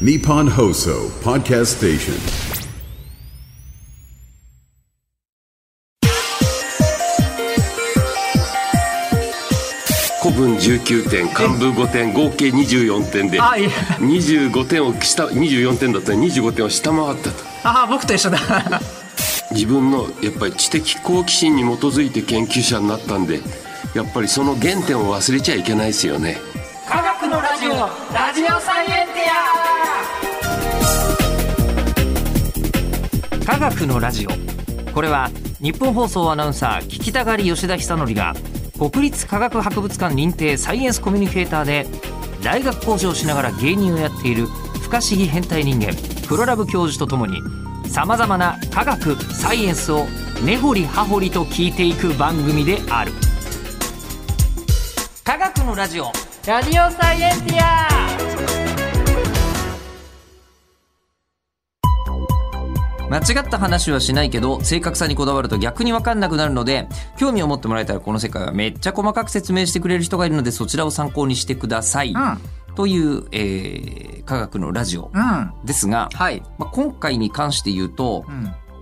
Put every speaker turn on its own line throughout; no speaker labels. Nippon Hoso Podcast Station.
古文19点漢文5点合計24点で
あいえ
25点を下24点だったら25点を下回ったと
ああ僕と一緒だ
自分のやっぱり知的好奇心に基づいて研究者になったんでやっぱりその原点を忘れちゃいけないですよね
科学のラジオラジオサイエンティア科学のラジオこれは日本放送アナウンサー聞きたがり吉田久典が国立科学博物館認定サイエンスコミュニケーターで大学講師をしながら芸人をやっている不可思議変態人間プロラブ教授とともにさまざまな科学サイエンスを根掘り葉掘りと聞いていく番組である科学のラジオラジオサイエンティア間違った話はしないけど正確さにこだわると逆に分かんなくなるので興味を持ってもらえたらこの世界はめっちゃ細かく説明してくれる人がいるのでそちらを参考にしてください、という、えー科学のラジオですが、まあ、今回に関して言うと、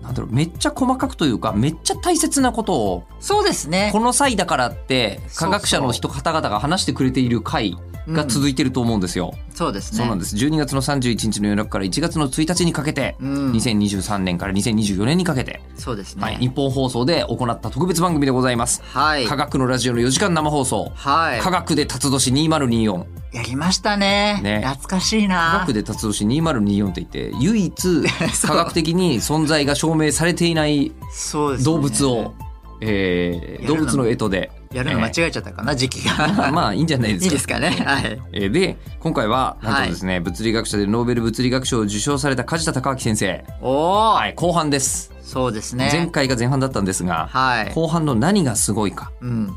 なんだろうめっちゃ細かくというかめっちゃ大切なことを
そうですね
こ。の際だからって科学者の人方々が話してくれている回が続いてると思うんですよ。
そうですね。
そうなん
で
です12月の31日の夜中から1月の1日にかけて、
ん
2023年から2024年にかけて、
す。そうですね。
は、
はいい。
日本放送で行った特別番組でございます。
はい。
科学のラジオの4時間生放送。科学で辰年2024。
やりましたね。
ね
懐かしい
科
な
学。で辰年2024って言って、唯一
そう
科学的に存在が証明されていない
そうですね。
動物を、えー
やる
動
の
物の干支で。
やるの間違
え
えちゃったかな、時期
ー
が。
まあいいんじゃないです
いい
か
で。すかね。はい。
えーで今回はなん
は
と
い
ですね、物理学者でノーベル物理学賞を受賞された梶田隆明先生、
お
は
ー。
い、後半です、
そうですね。
前。回が前半だったんですが、
はい。
後半の何がすごいか
うん。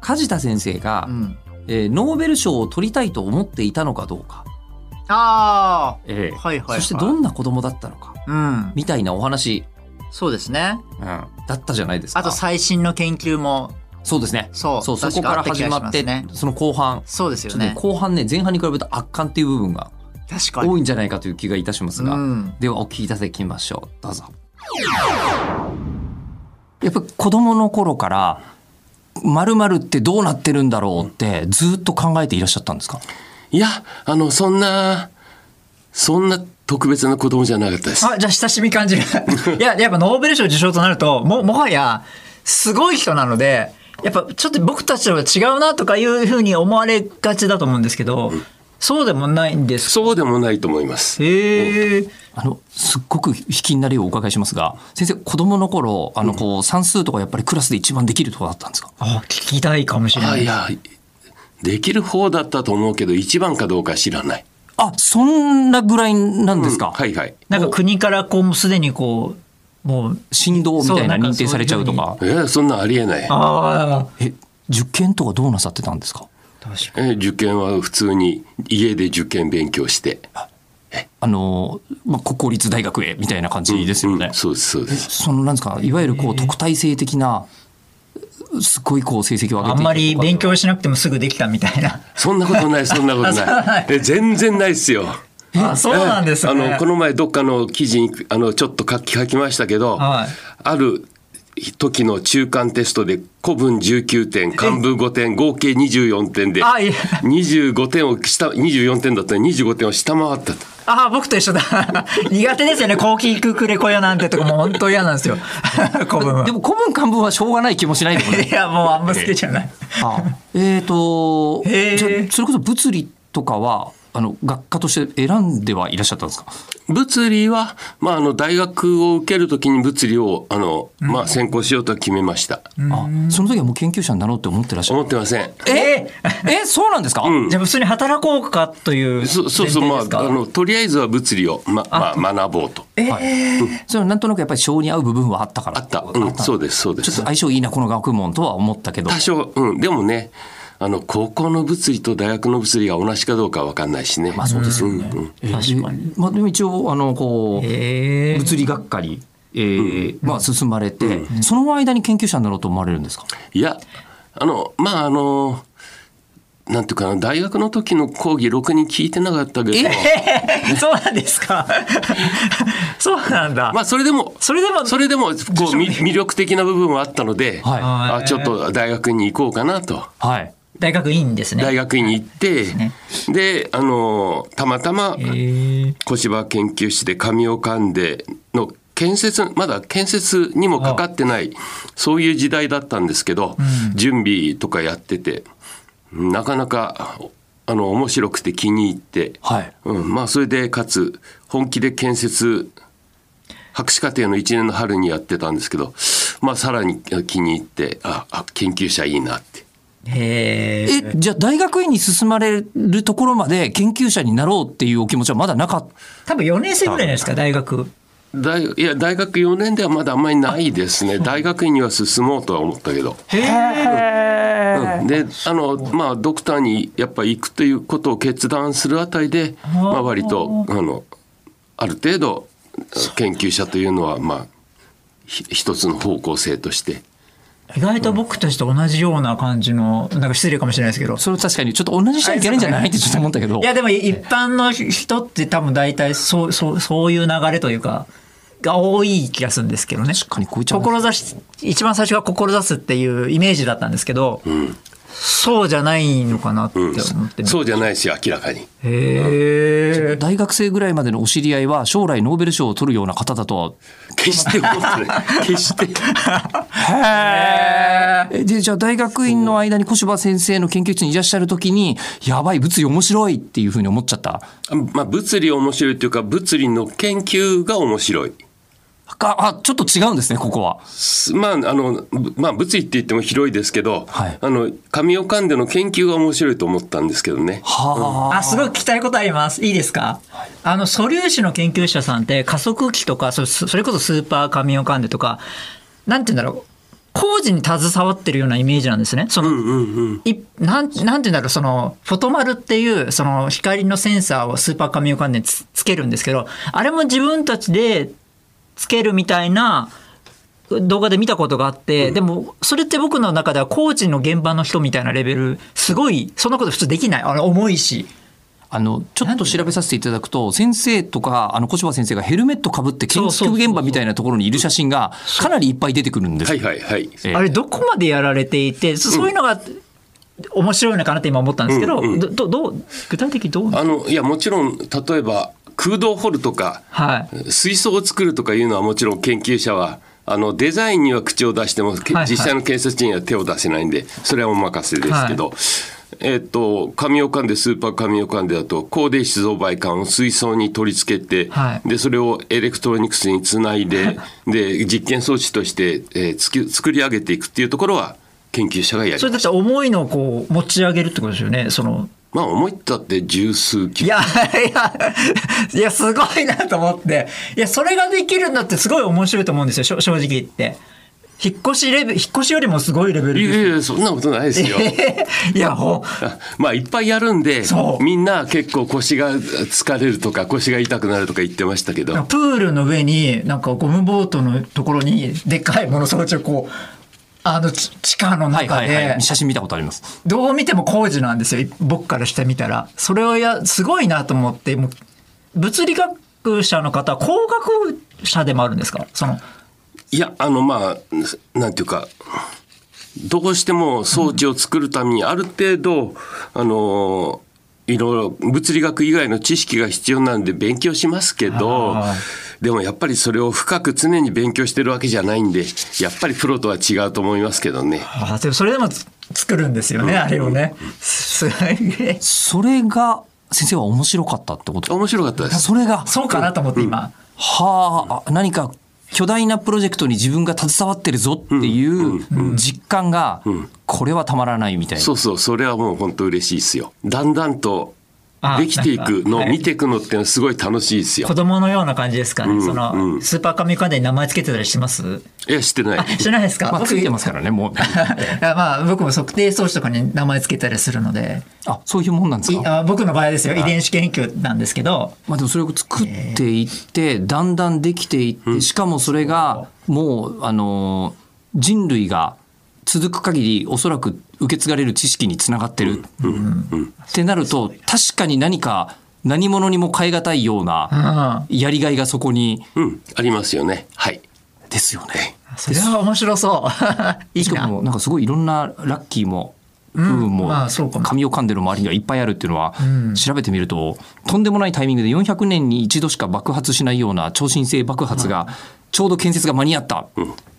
梶田先生が、
うん。
えーノーベル賞を取りたいと思っていたのかどうか、
あ
えー
ー。はいはいはい。
そしてどんな子供だったのか
うん。
みたいなお話、
そうですね。
うんだったじゃないですか
あと最新の研究も、
そうですね
そう。
そうそ
確
こから
あた気
始
がし
まって
すね
その後半
そうです
ちょっ
よ
とね
ね。
後半ね前半に比べると圧巻っていう部分が
確か
多
に。
いんじゃないかという気がいたします
う
が、
ん。
ではお聞きいただきましょうどうぞやっぱ子供の頃から〇〇ってどうなってるんだろうってずっと考えていらっしゃったんですか
いやあのそんなそんな特別な子供じゃなかったです
あ、じゃあ親しみ 感じる。いや、やっぱノーベル賞受賞となると、も、もはや、すごい人なので、やっぱちょっと僕たちとは違うなとかいうふうに思われがちだと思うんですけど、そうでもないんです。
そうでもないと思います
へえ。
あのすっごく引きになるようお伺いしますが先生子供の頃あのこう算数とかやっぱりクラスで一番できるとこだったんですか
あ、聞きたいかもしれ
あ
ないい。
やできる方だったと思うけど一番かどうか知らない
あそんなぐらいなんですか、
はいはい
なんか国からこう、もうすでにこう、もう、
振動みたいな
そうなん
認
かそうい
定
う
されちゃうとか
えーそんなんありえない
ああ、
え受験とかどうなさってたんですか
確か
えー受験は普通に家で受験勉強して
あの、まあ、国公立大学へみたいな感じですよね、
うんそうですそうです
そのなんですかいわゆるこう特待生的なすごいこう成績を上げてい
あ
た
んまり勉
とか
強しなくてもすぐできたみたいな。
そんなこと ないそんなこと
そんな
な
ない
いえ全然ないですよ
あ、そうなんですね。
えーあのこの前どっかの記事にあのちょっと書き書きましたけど、
はい
ある時の中間テストで古文19点漢文5点合計24点で
あいえ
25点を下24点だったら25点を下回ったと。
ああ、僕と一緒だ。 苦手ですよね。コーキーククレコヨなんてとかもう本当嫌なんですよ。 古文は。
でも古文漢文はしょうがない気もし ないでも
い
ね
や、もうあんま好きじゃない。
あえっ、と
へー
じゃあそれこそ物理とかはあの学科として選んではいらっしゃったんですか
物理は、まあ、あの大学を受けるときに物理をあの、まあ、専攻しようと決めました、
あその時はもう研究者になろうって思ってらっしゃる
思ってません
ええそうなんですか、
ん
じゃあ普通に働こうかという。
そそうそうまああのとりあえずは物理を、ままあ、学ぼうと
それはなんとなくやっぱり性に合う部分はあったから
あった、
あ
うん、そうですそうで
ちょっ
す
と相性いいなこの学問とは思ったけど
多少うんでもねあの高校の物理と大学の物理が同じかどうかわかんないしねまあそうですよね、うんうん
えーまあ、でも一応あのこう、
ええ
物理学科に、えーまあ、進まれて、その間に研究者になろうと思われるんですか、
いやあのまああのなんていうかな大学の時の講義ろくに聞いてなかったけど、
そうなんですか。そうなんだ。
まあそれでも
それでも
それでもこうみ魅力的な部分はあったので、
はい
あちょっと大学に行こうかなと
はい。
大学院ですね。
大学院に行って、
ね
であのたまたま小芝研究室で神を噛んでの建設まだ建設にもかかってないそういう時代だったんですけど、準備とかやっててなかなかあの面白くて気に入って、
はい。
うん、まあそれでかつ本気で建設博士課程の1年の春にやってたんですけど、まあ、さらに気に入ってああ研究者いいなって
へえ。
え、じゃあ大学院に進まれるところまで研究者になろうっていうお気持ちはまだなかっ
多分4年生ぐらいじゃないですか、大学。
大いや大学4年ではまだあんまりないです ね大学院には進もうとは思ったけど、
た。へ
うん、であのまあドクターにやっぱ行くということを決断するあたりで、まあ、割とあのある程度研究者というのはまあひ一つの方向性として。
意外と僕たちと同じような感じの、なんか失礼かもしれないですけど。
それ確かにちょっと同じしちゃいけないんじゃないってちょっと思ったけど。
いやでも一般の人って多分大体そうそうそういう流れというかが多い気がするんですけどね。
確かにこういっちゃう。
志一番最初が志すっていうイメージだったんですけど、そうじゃないのかなって思って、
そうじゃないし明らかに
へえ
大学生ぐらいまでのお知り合いは将来ノーベル賞を取るような方だとは
決して思ってない 決して
えでじゃあ大学院の間に小柴先生の研究室にいらっしゃる時にやばい物理面白いっていうふうに思っちゃった
まあ物理面白いというか物理の研究が面白い
かあちょっと違うんですねここは
すまああのぶまあ物理って言っても広いですけど、
はい
あの神岡んでの研究が面白いと思ったんですけどね
はあ
あすごい聞きたいことありますいいですか、あの素粒子の研究者さんって加速器とかそそれこそスーパーカミオカンデとかなんて言うんだろう工事に携わってるようなイメージなんですねその、いなんなんていうんだろうそのフォトマルっていうその光のセンサーをスーパーカミオカンデにつつけるんですけどあれも自分たちでつけるみたいな動画で見たことがあって、でもそれって僕の中では工事の現場の人みたいなレベルすごいそんなこと普通できないあれ重いし
あのちょっと調べさせていただくと先生とかあの小柴先生がヘルメットかぶって研
そうそう
究
そうそう
現場みたいなところにいる写真がかなりいっぱい出てくるんです、
はいはいはい
ええ
あれどこまでやられていてそそういうのが面白いのかなって今思ったんですけど、どどどう具体的にどう
あのいやもちろん例えば空洞を掘るとか
はい
水槽を作るとかいうのはもちろん研究者はあのデザインには口を出しても、け
はいはい
実際の建設には手を出せないんでそれはお任せですけど、えっ、と紙を噛んでスーパー紙を噛んでだと高電子増倍管を水槽に取り付けて、
はい
でそれをエレクトロニクスにつないでで実験装置として、えーつき作り上げていくっていうところは研究者がや
そ
る
れ。だって重いのをこう持ち上げるってことですよねその
まあ思いったって十数キ
い
ロ
やいや いやすごいなと思っていやそれができるんだってすごい面白いと思うんですよしょ正直言って引っ越しレベル引っ越しよりもすごいレベル
い
ですよ
やいやそんなことないですよ。
いやほ
あ まあいっぱいやるんで
そう
みんな結構腰が疲れるとか腰が痛くなるとか言ってましたけど
プールの上になんかゴムボートのところにでっかいもの装置をこうあのち地下の
はい
中
はいはい
で
写真見たことあります
どう見ても工事なんですよい僕からしてみたらそれをやすごいなと思ってもう物理学者の方は工学者でもあるんですかその
いやあのまあなんていうかどうしても装置を作るためにある程度、あのいろいろ物理学以外の知識が必要なんで勉強しますけど
あ
でもやっぱりそれを深く常に勉強してるわけじゃないんでやっぱりプロとは違うと思いますけどね。
あでもそれでもつ作るんですよねあれをねすげえ
それが先生は面白かったってこと
面白かったです
それが
そうかなと思って今
はあ、何か巨大なプロジェクトに自分が携わってるぞっていう実感が、これはたまらないみたいな。
そうそう、それはもう本当嬉しいですよ。だんだんと
あ
できていくのを
なんかはい
見ていくのってのはすごい楽しいですよ
子。供のような感じですかね、その、
うん
スーパーカミカンデに名前つけてたりします
いや、してない。
しないですか、
まあ、
僕
ついてますからね、もう。
いやまあ僕も測定装置とかに名前つけたりするので
あ、そういうもんなんです
い
か。
あ僕の場合ですよ遺伝子研究なんですけど
まあ、でも、それを作っていって、だんだんできていって、しかも、それが、もう、あのー。人類が続く限り、おそらく受け継がれる知識につながってる、ってなると確かに何か何者にも代え難いようなやりがいがそこに
うん、ありますよね。はい。
ですよね。
それは面白そう いい
しか
な
もなんかすごいいろんなラッキーも不運も
まあそうかも
紙を噛んでる周りにはいっぱいあるっていうのは調べてみるととんでもないタイミングで400年に一度しか爆発しないような超新星爆発がちょうど建設が間に合った。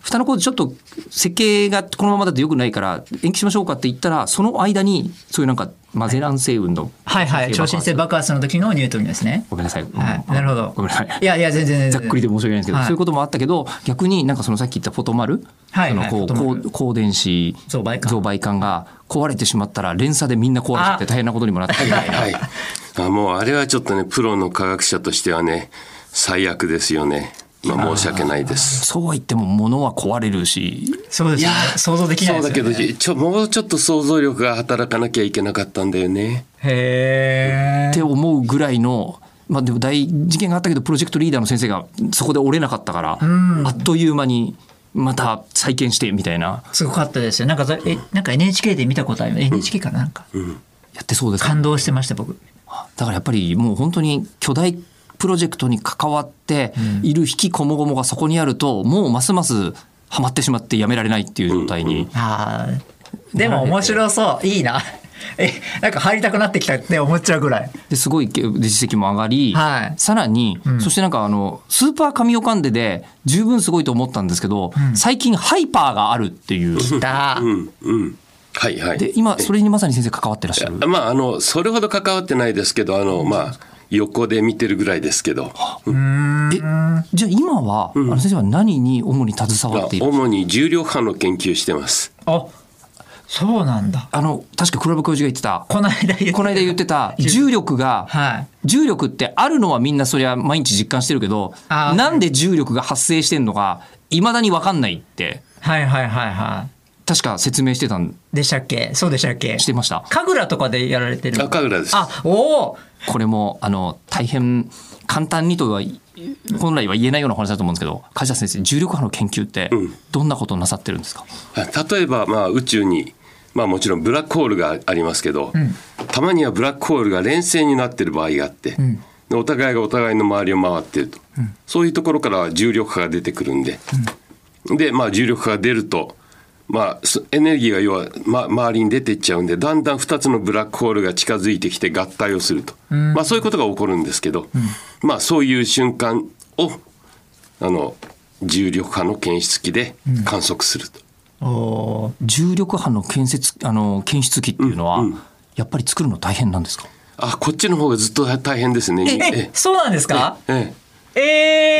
蓋の工事ちょっと設計がこのままだと良くないから延期しましょうかって言ったらその間にそういうなんかマゼラン星雲の
はいはい超新星爆発の時のニュートンですね
ごめんなさい。
はいなるほど
ごめんなさい。
いやいや全然全然
ざっくりで申し訳ないんですけど、
はい
そういうこともあったけど逆になんかそのさっき言ったフォトマル、
はいはい
そ
フォ
のこ
トマ
う
ル
こう光電子
増倍感
感が壊れてしまったら連鎖でみんな壊れちゃって
あ
大変なことにもなったみ たいな
はい。あもうあれはちょっとね、プロの科学者としてはね、最悪ですよね。まあ申し訳ないです。
そうは言っても物は壊れるし
そうですよね想像できない
そう
です
だ
よ
けど、
ね
ちょ、もうちょっと想像力が働かなきゃいけなかったんだよね。
へえ
って思うぐらいの。まあ、でも大事件があったけどプロジェクトリーダーの先生がそこで折れなかったから、あっという間にまた再建してみたいな
すごかったですよなんかざえなんか NHK で見たことある NHK かななんか
やってそうですね
感動してました僕
だからやっぱりもう本当に巨大プロジェクトに関わっている引きこもごもがそこにあるともうますますハマってしまってやめられないっていう状態に
あーでも面白そういいなえなんか入りたくなってきたって思っちゃうぐらい
ですごい実績も上がり、
はい
さらに、そしてなんかあのスーパー神オカンデで十分すごいと思ったんですけど、最近ハイパーがあるって いう
だ
うん、うん。はいはい。
で今それにまさに先生関わってらっしゃる
まあ、あの、それほど関わってないですけど、あの、まあ、横で見てるぐらいですけど、
えじゃあ今は、あの先生は何に主に携わっている
主に重量波の研究してます。
あそうなんだ
あの確かクラブ教授が言ってた
この間言って
この間言ってた重力が
はい
重力ってあるのはみんなそりゃ毎日実感してるけど
あー
なんで重力が発生してんのかいまだに分かんないって
はいはいはいは
確か説明してたん
いでしたっけそうでしたっけ
してました
神楽とかでやられてる
赤浦です。
あおお
これもあの大変簡単にとは本来は言えないようなお話だと思うんですけど梶田先生重力波の研究ってどんなことをなさってるんですか、
例えば、まあ、宇宙に、まあ、もちろんブラックホールがありますけど、たまにはブラックホールが連星になってる場合があって、でお互いがお互いの周りを回ってると、そういうところから重力波が出てくるんで、で、まあ、重力波が出ると、まあ、すエネルギーが要は、ま、周りに出ていっちゃうんでだんだん2つのブラックホールが近づいてきて合体をすると、まあ、そういうことが起こるんですけど、まあ、そういう瞬間をあの重力波の検出器で観測すると。
おー
重力波の建設あの検出器っていうのは、やっぱり作るの大変なんですか
あこっちの方がずっと大変ですね。
えそうなんですか
ええ
え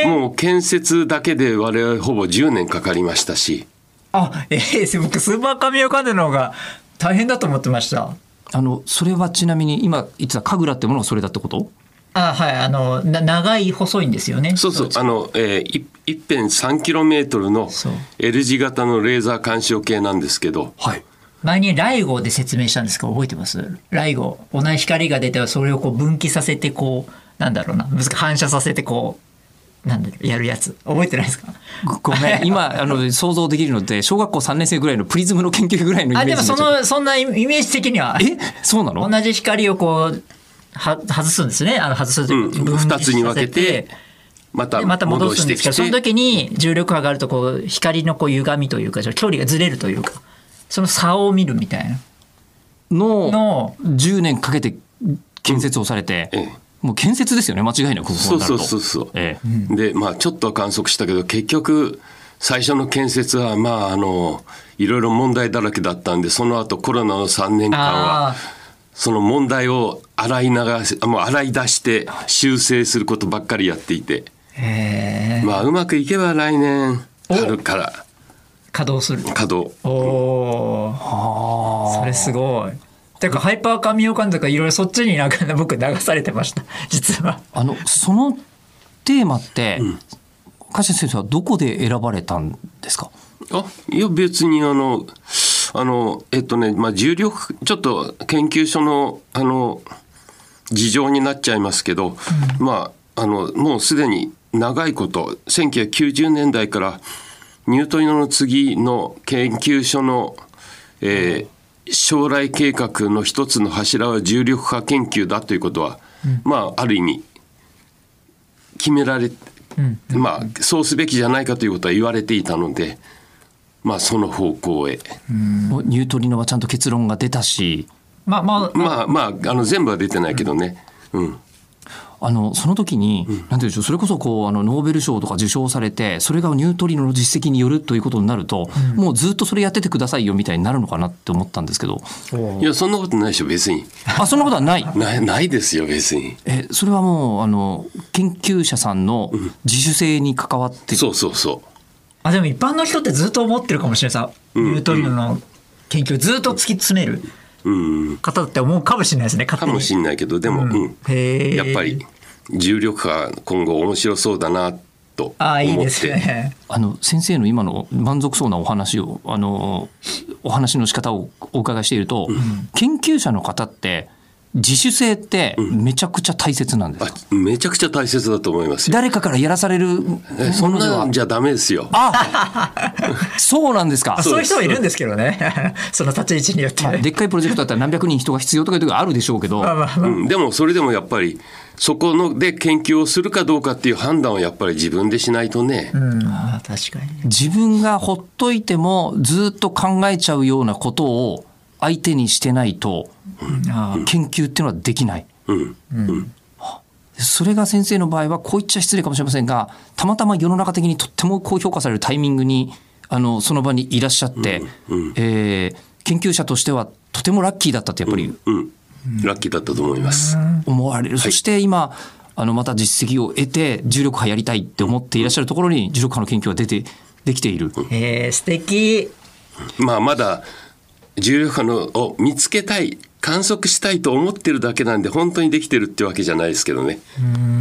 え
ー、
もう建設だけで我々ほぼ10年かかりましたし、
あえー、 僕スーパー神オカンデの方が大変だと思ってました
あのそれはちなみに今言ってた神楽ってものがそれだってこと
あはいあのな長い細いんですよね
そうそうあの、えー、い一辺3キロメートルの
そう
L 字型のレーザー干渉計なんですけど、
はい
前にライゴで説明したんですけど覚えてますライゴ同じ光が出てそれをこう分岐させてこうなんだろうな難しい反射させてこうなんだろうやるやつ覚えてないですか
ごめん、今、あの、想像できるので、小学校3年生ぐらいのプリズムの研究ぐらいのイメー
あ
ジ
でもそ
になっ
のそんなイイメージ的には
ちゃうえそうなの
同じ光をこうは外すんですねあの外すというか
うん
分
二つに
岐
分
させ
けてまた
でまた戻
戻
す
し
ん
て
です
き
け
て
どその時に重力波があるとこう光のこう歪みというかちょっと距離がずれるというかその差を見るみたいな
の
の
10年かけて建設をされて、
ええ
もう建設ですよね、間違いなく、ここになる
そ
と。
うそうそうそう
え
でまあちょっとは観測したけど結局最初の建設はまああのいろいろ問題だらけだったんでその後コロナの3年間
あ
は
ー
その問題を洗い流しもう洗い出して修正することばっかりやっていて、
へー
まあうまくいけば来年春から
稼働する
稼働
おおそれすごいてかハイパー神岡とかいろいろそっちになんか僕流されてました実は
えあの、そのテーマって、梶田先生はどこで選ばれたんですか
あいや別にあのあのえっとね、まあ、重力ちょっと研究所のあの事情になっちゃいますけど、まああのもうすでに長いこと1990年代からニュートリノの次の研究所の、えー将来計画の一つの柱は重力波研究だということは、まあある意味決められ、まあそうすべきじゃないかということは言われていたので、まあその方向へ。
もうニュートリノはちゃんと結論が出たし
まあまあ、
まあまああの全部は出てないけどね。うん。
あのその時に、なんていうんでしょうそれこそこうあのノーベル賞とか受賞されてそれがニュートリノの実績によるということになると、もうずっとそれやっててくださいよみたいになるのかなって思ったんですけど
いやそんなことないでしょ別に
あそんなことはない
ないないですよ別に
えそれはもうあの研究者さんの自主性に関わって
そうそうそ
あでも一般の人ってずっと思ってるかもしれないさ、ニュートリノの研究ずっと突き詰める
ううん
方だって思うかもしれないですね勝
か
手に
もしんないけどでも、うん
へー
やっぱり重力波今後面白そうだなと
ああいい
思っ
です
て
ね
あの先生の今の満足そうなお話をあのお話の仕方をお伺いしていると、研究者の方って自主性ってめちゃくちゃ大切なんですか、
あめちゃくちゃ大切だと思いますよ
誰かからやらされる
えそ
そ
ん
ので
な
は
んじゃダメですよ
あそうなんです か
あそういう人もいるんですけどね その立ち位置によって、ね
でっかいプロジェクトだったら何百人人が必要とかいう時はあるでしょうけど
まあまあまあ
うん、でもそれでもやっぱりそこので研究をするかどうかっていう判断をやっぱり自分でしないとね、
うんまあ確かにね
自分がほっといてもずっと考えちゃうようなことを相手にしてないと
ああ
研究っていうのはできない。
うん
それが先生の場合はこう言っちゃ失礼かもしれませんがたまたま世の中的にとっても高評価されるタイミングにあのその場にいらっしゃって、えー研究者としてはとてもラッキーだったってやっぱり
うん、ラッキーだったと思います、
思われる、そして今あのまた実績を得て重力波やりたいって思っていらっしゃるところに重力波の研究が出てできている、
えー、素敵
まあまだ重力波のを見つけたい観測したいと思ってるだけなんで本当にできてるってわけじゃないですけどね、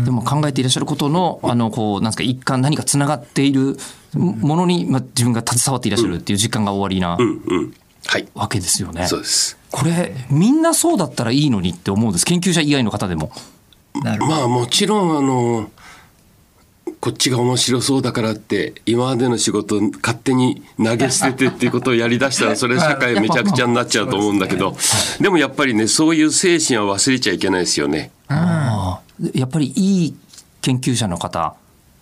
でも考えていらっしゃることのあのこうなんですか一貫何かつながっているものに、まあ、自分が携わっていらっしゃるっていう実感が終わりな
うんうんはい
わけですよね。
そうです
これみんなそうだったらいいのにって思うんです研究者以外の方でも
まあもちろんあのこっちが面白そうだからって今までの仕事を勝手に投げ捨ててっていうことをやりだしたらそれ社会めちゃくちゃになっちゃうと思うんだけどでもやっぱりねそういう精神は忘れちゃいけないですよね。
ああやっぱりいい研究者の方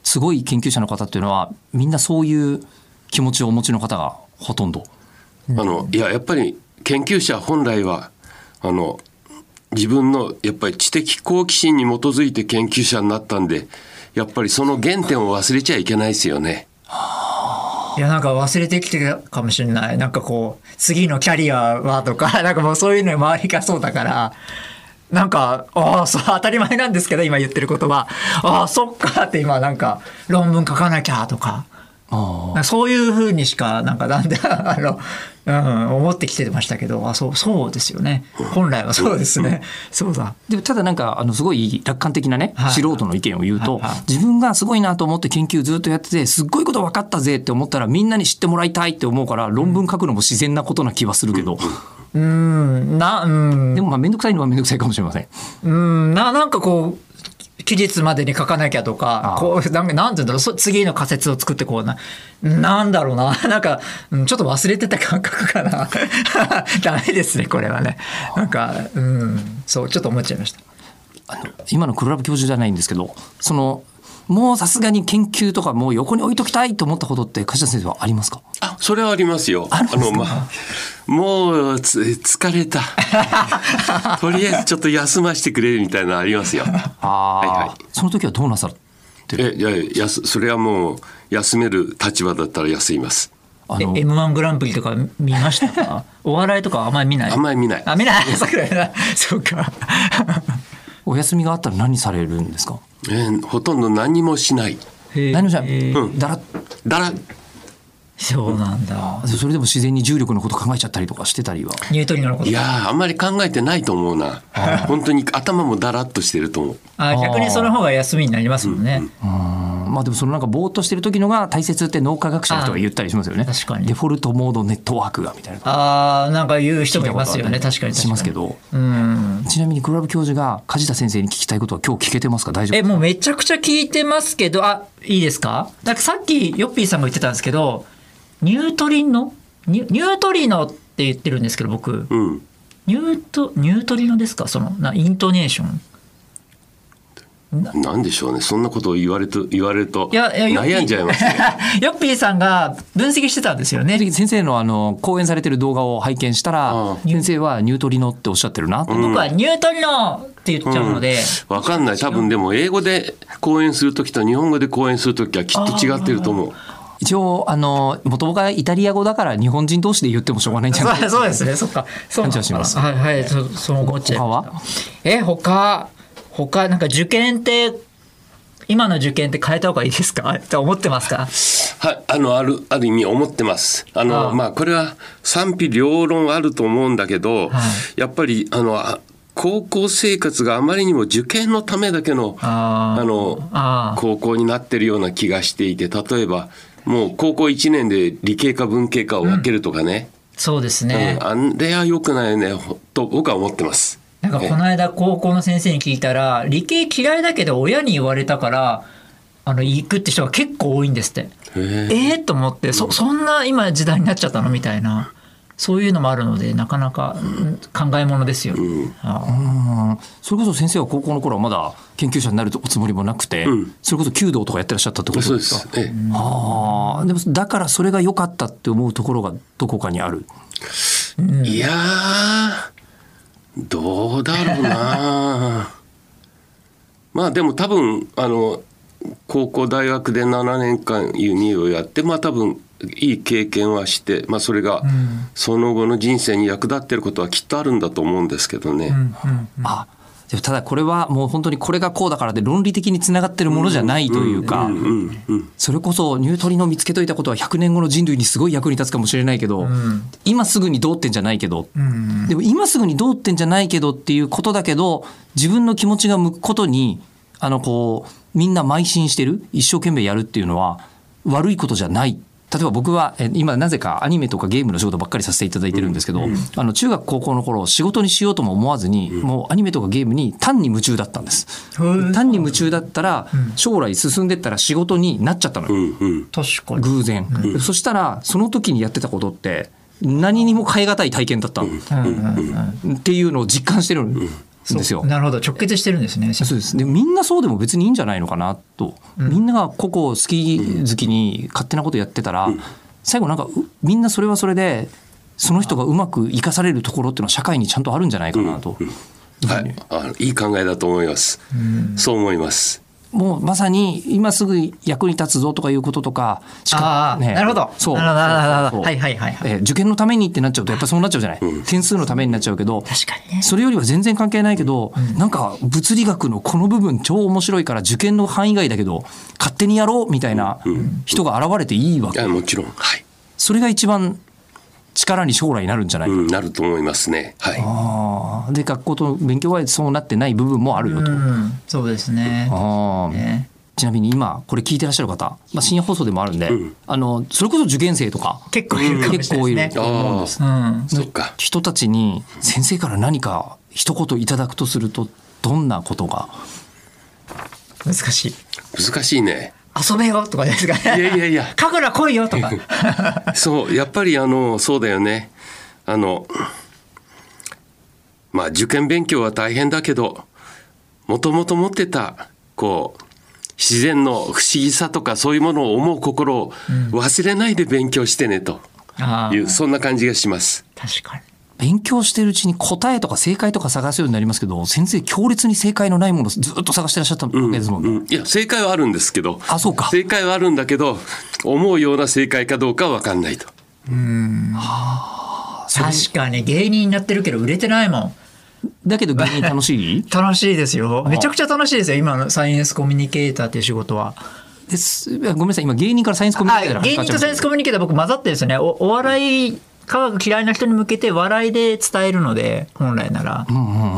すごい研究者の方っていうのはみんなそういう気持ちをお持ちの方がほとんど
あのいややっぱり研究者本来はあの自分のやっぱり知的好奇心に基づいて研究者になったんでやっぱりその原点を忘れちゃいけないですよね。
いやなんか忘れてきてるかもしれないなんかこう次のキャリアはとか なんかもうそういうのに周りがそうだからなんかああそう当たり前なんですけど今言ってることはああそっかって今なんか論文書かなきゃとか
あ
なんかそういうふうにしかなんかだんだん あの、うん、思ってきてましたけどあそうそうですよね本来はそうですねそうだ
でもただなんかあのすごい楽観的なね
はい
素人の意見を言うと
はいはい
自分がすごいなと思って研究ずっとやっててすっごいこと分かったぜって思ったらみんなに知ってもらいたいって思うから論文書くのも自然なことな気はするけど
うんなうん
でもまあ面倒くさいのは面倒くさいかもしれません。
うんななんかこう期日までに書かなきゃとか
ああ
こうなんかなんて言うんだろうそ次の仮説を作ってこうななんだろうななんか、うんちょっと忘れてた感覚かな ダメですねこれはねなんかうんそうちょっと思っちゃいました
今の黒ラブ教授じゃないんですけどそのもうさすがに研究とかもう横に置いときたいと思ったことって梶田先生はありますか
あそれはありますよ。あのまあもうつ疲れ たとりあえずちょっと休ませてくれみたいなのありますよ。
あ
は
ー
いはい
その時はどうなさる
えいやいやすそれはもう休める立場だったら休みます。
あの
m 1グランプリとか見ましたかお笑いとかあんまり見ない
あんまり見ない。
あ見ない そうかそうか
お休みがあったら何されるんですか
えーほとんど何もしない。
何もじゃ
うん
だら
だら
そうなんだ
それでも自然に重力のこと考えちゃったりとかしてたりは
ニュートリノのこと
いやーあんまり考えてないと思うな。本当に頭もだらっとしてると思う。
あ逆にその方が休みになりますもんね、
うんまあでもそのなんかぼーっとしてる時のが大切って脳科学者の人が言ったりしますよね
あー確かに
デフォルトモードネットワークがみたいな
あーなんか言う人もいますよね確かに確かに
しますけど
うん
ちなみに黒ラブ教授が梶田先生に聞きたいことは今日聞けてますか大丈夫
えもうめちゃくちゃ聞いてますけどあいいですかなんかさっきヨッピーさんが言ってたんですけどニュートリノニュニュートリノっって言ってるんですけど僕
うん。
ニュートニュートリノですかそのなイントネーション
なんでしょうね。そんなことを言われと言われると
いやいやよっぴー
悩んじゃいますね。
ヨッピーさんが分析してたんですよね。
先生のあの講演されてる動画を拝見したら
あ
先生はニュートリノっておっしゃってるなって
僕はニュートリノって言っちゃうので、
わかんない。多分でも英語で講演するときと日本語で講演するときはきっと違ってると思う。
一応あの元々がイタリア語だから日本人同士で言ってもしょうがないんじゃない
そうそうですね。そっか。そうなのかな
感じはします
はいはい。そそう思っちゃいました
他は
え他他なんか受験って今の受験って変えた方がいいですか って思ってますか。
はい、あのあるある意味思ってます。あの
ああ
まあこれは賛否両論あると思うんだけど、
はい
やっぱりあのあ高校生活があまりにも受験のためだけの
あー
の
あー
高校になってるような気がしていて、例えばもう高校1年で理系か文系かを分けるとかね、
そうで
う
す
ん
ね。
あれは良くないよねほと僕は思ってます。
なんかこの間高校の先生に聞いたら理系嫌いだけど親に言われたからあの行くって人が結構多いんですって。
へえ
えー、と思ってそそんな今時代になっちゃったのみたいなそういうのもあるのでなかなかうん考えものですよ。あ
うんそれこそ先生は高校の頃はまだ研究者になるおつもりもなくて、
うん
それこそ弓道とかやってらっしゃったってこと
そう
で
です
か
す。ええ
ああでもだからそれが良かったって思うところがどこかにある
いやー、どうだろうな。 まあでも多分あの高校大学で7年間輸入をやってまあ多分いい経験はして、まあ、それがその後の人生に役立ってることはきっとあるんだと思うんですけどね。
あでもただこれはもう本当にこれがこうだからで論理的につながってるものじゃないというか、
うんうんうん
それこそニュートリノ見つけといたことは100年後の人類にすごい役に立つかもしれないけど、今すぐにどうってんじゃないけど、でも今すぐにどうってんじゃないけどっていうことだけど自分の気持ちが向くことにあのこうみんな邁進してる一生懸命やるっていうのは悪いことじゃない。例えば僕はえ今なぜかアニメとかゲームの仕事ばっかりさせていただいてるんですけど、あの中学高校の頃仕事にしようとも思わずに、もうアニメとかゲームに単に夢中だったんです
ー
単に夢中だったら将来進んでったら仕事になっちゃったのよ、
うんうん
確かに
偶然、そしたらその時にやってたことって何にも変え難い体験だったの、っていうのを実感してるんですよ。
なるほど直結してるんですね。
そうですでみんなそうでも別にいいんじゃないのかなと、みんなが個々好き好きに勝手なことやってたら、最後なんかうみんなそれはそれでその人がうまく生かされるところっていうのは社会にちゃんとあるんじゃないかなと、
はい、あいい考えだと思います。そう思います。
もうまさに今すぐ役に立つぞとかいうこととかし
あ
か
あ、なるほど。
そう
なるほどなるほど。は
そうそうそう
いはいはいはい。
えー受験のためにってなっちゃうとやっぱそうなっちゃうじゃない、点数のためになっちゃうけど
確かにね。
それよりは全然関係ないけど、なんか物理学のこの部分超面白いから受験の範囲外だけど勝手にやろうみたいな人が現れていいわけ、
あもちろん、はい、
それが一番力に将来なるんじゃない、
うん、なると思いますね。はい。
あーで学校と勉強はそうなってない部分もあるよと。
うん、そうですね。
あー
ね
ちなみに今これ聞いてらっしゃる方、まあ、深夜放送でもあるんで、あのそれこそ受験生とか
結構いるかもしれないですね。
結構いる
ああ、
うん。
そっか。
人たちに先生から何か一言いただくとするとどんなことが
難しい。
難しいね。
遊べよとかですかね。
いやいやいや
神楽来いよとか。
そうやっぱりあのそうだよねあのまあ受験勉強は大変だけどもともと持ってたこう自然の不思議さとかそういうものを思う心を忘れないで勉強してねと
ああ
いう、、そんな感じがします。
確かに。
勉強してるうちに答えとか正解とか探すようになりますけど先生強烈に正解のないものをずっと探してらっしゃったわけですもんね。
うん、いや正解はあるんですけど
あそうか
正解はあるんだけど思うような正解かどうかは分かんないと。
確かに芸人になってるけど売れてないもん。
だけど芸人楽しい
楽しいですよ。めちゃくちゃ楽しいですよ。今のサイエンスコミュニケーターっていう仕事は。
ですごめんなさい今芸人からサイエンスコミュ
は
ニケーター
い、芸
に変わっ
人
ちゃ
とサ
いました
イエンスコミュニケーター僕混ざってるんですよね。おお笑い科学嫌いな人に向けて笑いで伝えるので本来なら、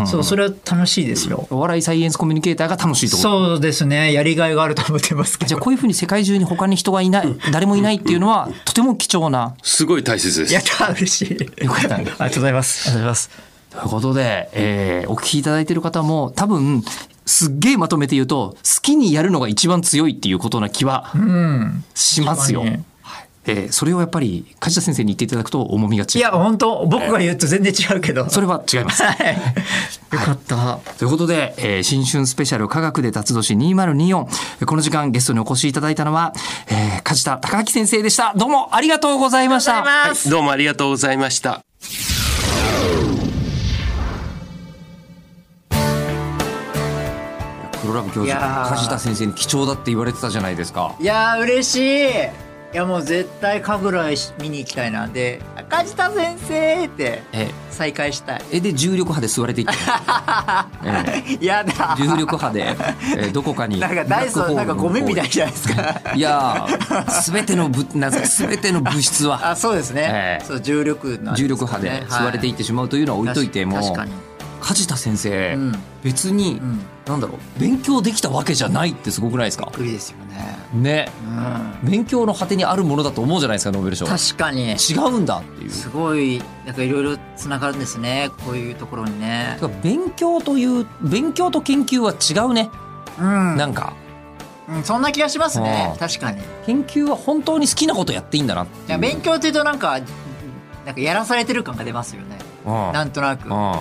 そうそれは楽しいですよ。
お笑いサイエンスコミュニケーターが楽しいところ
そうですね。やりがいがあると思ってますけ
じゃ
ど
あ。こういうふうに世界中に他に人がいない誰もいないっていうのはとても貴重な
すごい大切です。
やった嬉しい。
よかっ た
ありがとうございます。ありがとうございます。
ということで、えーお聞きいただいている方も多分すっげえまとめて言うと好きにやるのが一番強いっていうことな気はしますよ。
確かに
はいえーそれをやっぱり梶田先生に言っていただくと重みが違う
いや本当僕が言うと全然違うけど。
それは違います
はい。よかった。
ということで、えー新春スペシャル科学で立つ年2024この時間ゲストにお越しいただいたのは、えー梶田隆明先生でしたどうもありがとうございました
はいどうもありがとうございました。
黒ラブ教
い
授
やー
梶田先生に貴重だって言われてたじゃないですか
いやー嬉しい。いやもう絶対神楽見に行きたいなで梶田先生って
え
再会したい。
えで重力波で吸われていったの、え
やだ。
え重力波で、えーどこか に
なんかダイソー
ブラ
なんか
ックホールの
ゴミみたい
方
じゃないですか。
へいやー全てのぶなんすか全ての物 質は
あそうですね。
ええ
そう重力のあれ
重
です
力
か
波
ね
で吸われていってしまうというのは置いといても、
確かに
梶田先生、
うん
別に、
ん
なんだろう勉強できたわけじゃないってすごくないですか
びっくりですよね。
ね、
うん
勉強の果てにあるものだと思うじゃないですかノーベル賞違
確かに。
うんだっていう
すごいなんかいろいろつながるんですね。こういうところにね
だ。から勉強という勉強と研究は違うね、
うん。
なんか
うんそんな気がしますね
う。ん
確かに。い
研究は本当に好きなことやっていいんだなっていう
や勉強っていうとなんかなんかやらされてる感が出ますよね。
うん
なんとなく。う
うんん。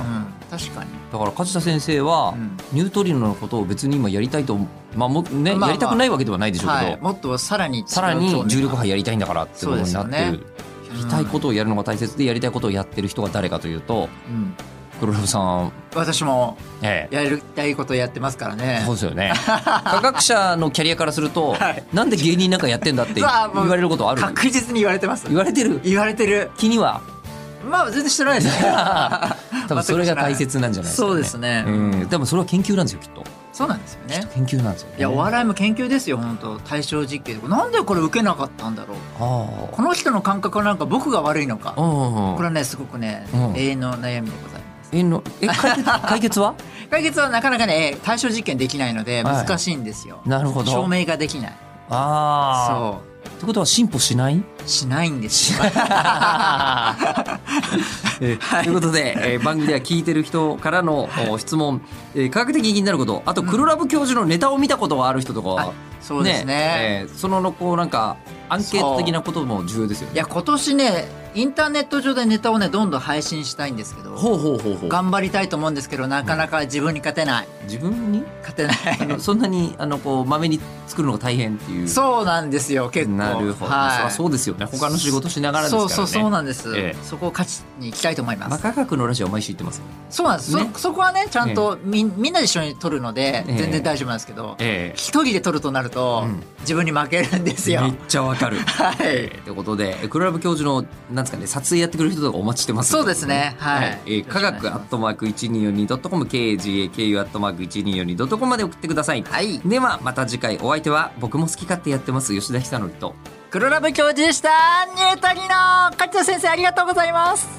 確かに。
だから梶田先生は、
うん
ニュートリノのことを別に今やりたいと、まあもね
まあまあ
やりたくないわけではないでしょうけ
は
ど、
い。もっとさらに
さら
違う興味
に
が
重力波やりたいんだからってことになって
そう
る、
で
やりたいことをやるのが大切でやりたいことをやってる人が誰かというと
うん。
黒ラブさん、
私も
ええ
やりたいことやってますからね。
そうですよね科学者のキャリアからすると、
はい
なんで芸人なんかやってんだって 言
さあ
わ
もう
れることある
確実に言われてます。
言われてる
言われてる。
気には
まあ全然してないですね。
多分それが大切なんじゃないですか、ね、
そうですね
うん、多分それは研究なんですよきっと
そうなんですよね。
研究なんですよね
いやお笑いも研究ですよ本当対象実験でなんでこれ受けなかったんだろう
あ
この人の感覚はなんか僕が悪いのか
あうん
これはねすごくね、
うん
永遠の悩みでございます
えのえ解決解 決は
解決はなかなかね対象実験できないので
はい
難しいんですよ、
なるほど
証明ができない
ああ
そ
ってことは進歩しない
うしないんですよ
えーということで、 えー番組では聞いてる人からのお質問、えー科学的になることあと黒ラブ教授のネタを見たことがある人とかは、
あそうですね
えーそのこうなんかアンケート的なことも重要ですよ
い
ね。
や今年ねインターネット上でネタをねどんどん配信したいんですけど
ほうほうほうほう
頑張りたいと思うんですけどなかなか自分に勝てない
自分に
勝てない
あのそんなにあのこうまめに作るのが大変っていう
そうなんですよ結構
なるほど、
はい
そりゃそうですよね他の仕事しながらですからね
そうそうそうなんです、
ええ
そこを勝ちに行きたいと思います、
まあ科学のラジオ毎週言ってますよね
そうなんです、
ね
そそこはねちゃんとみ,、みんなで一緒に撮るので
ええ
全然大丈夫なんですけど、
ええ
一人で撮るとなると、
うん
自分に負けるんですよ
めっちゃ わかる。
はい
えーということで、えークラブ教授の、なんですかね、撮影やってくれる人とかお待ちしてます。
そうですねはい
えー科学アットマーク 1242.com、KGAKU アットマーク 1242.com まで送ってください。
はい
では、また次回お相手は、僕も好き勝手やってます、吉田久典と。
黒ラブ教授でしたニュートリノ勝田先生ありがとうございます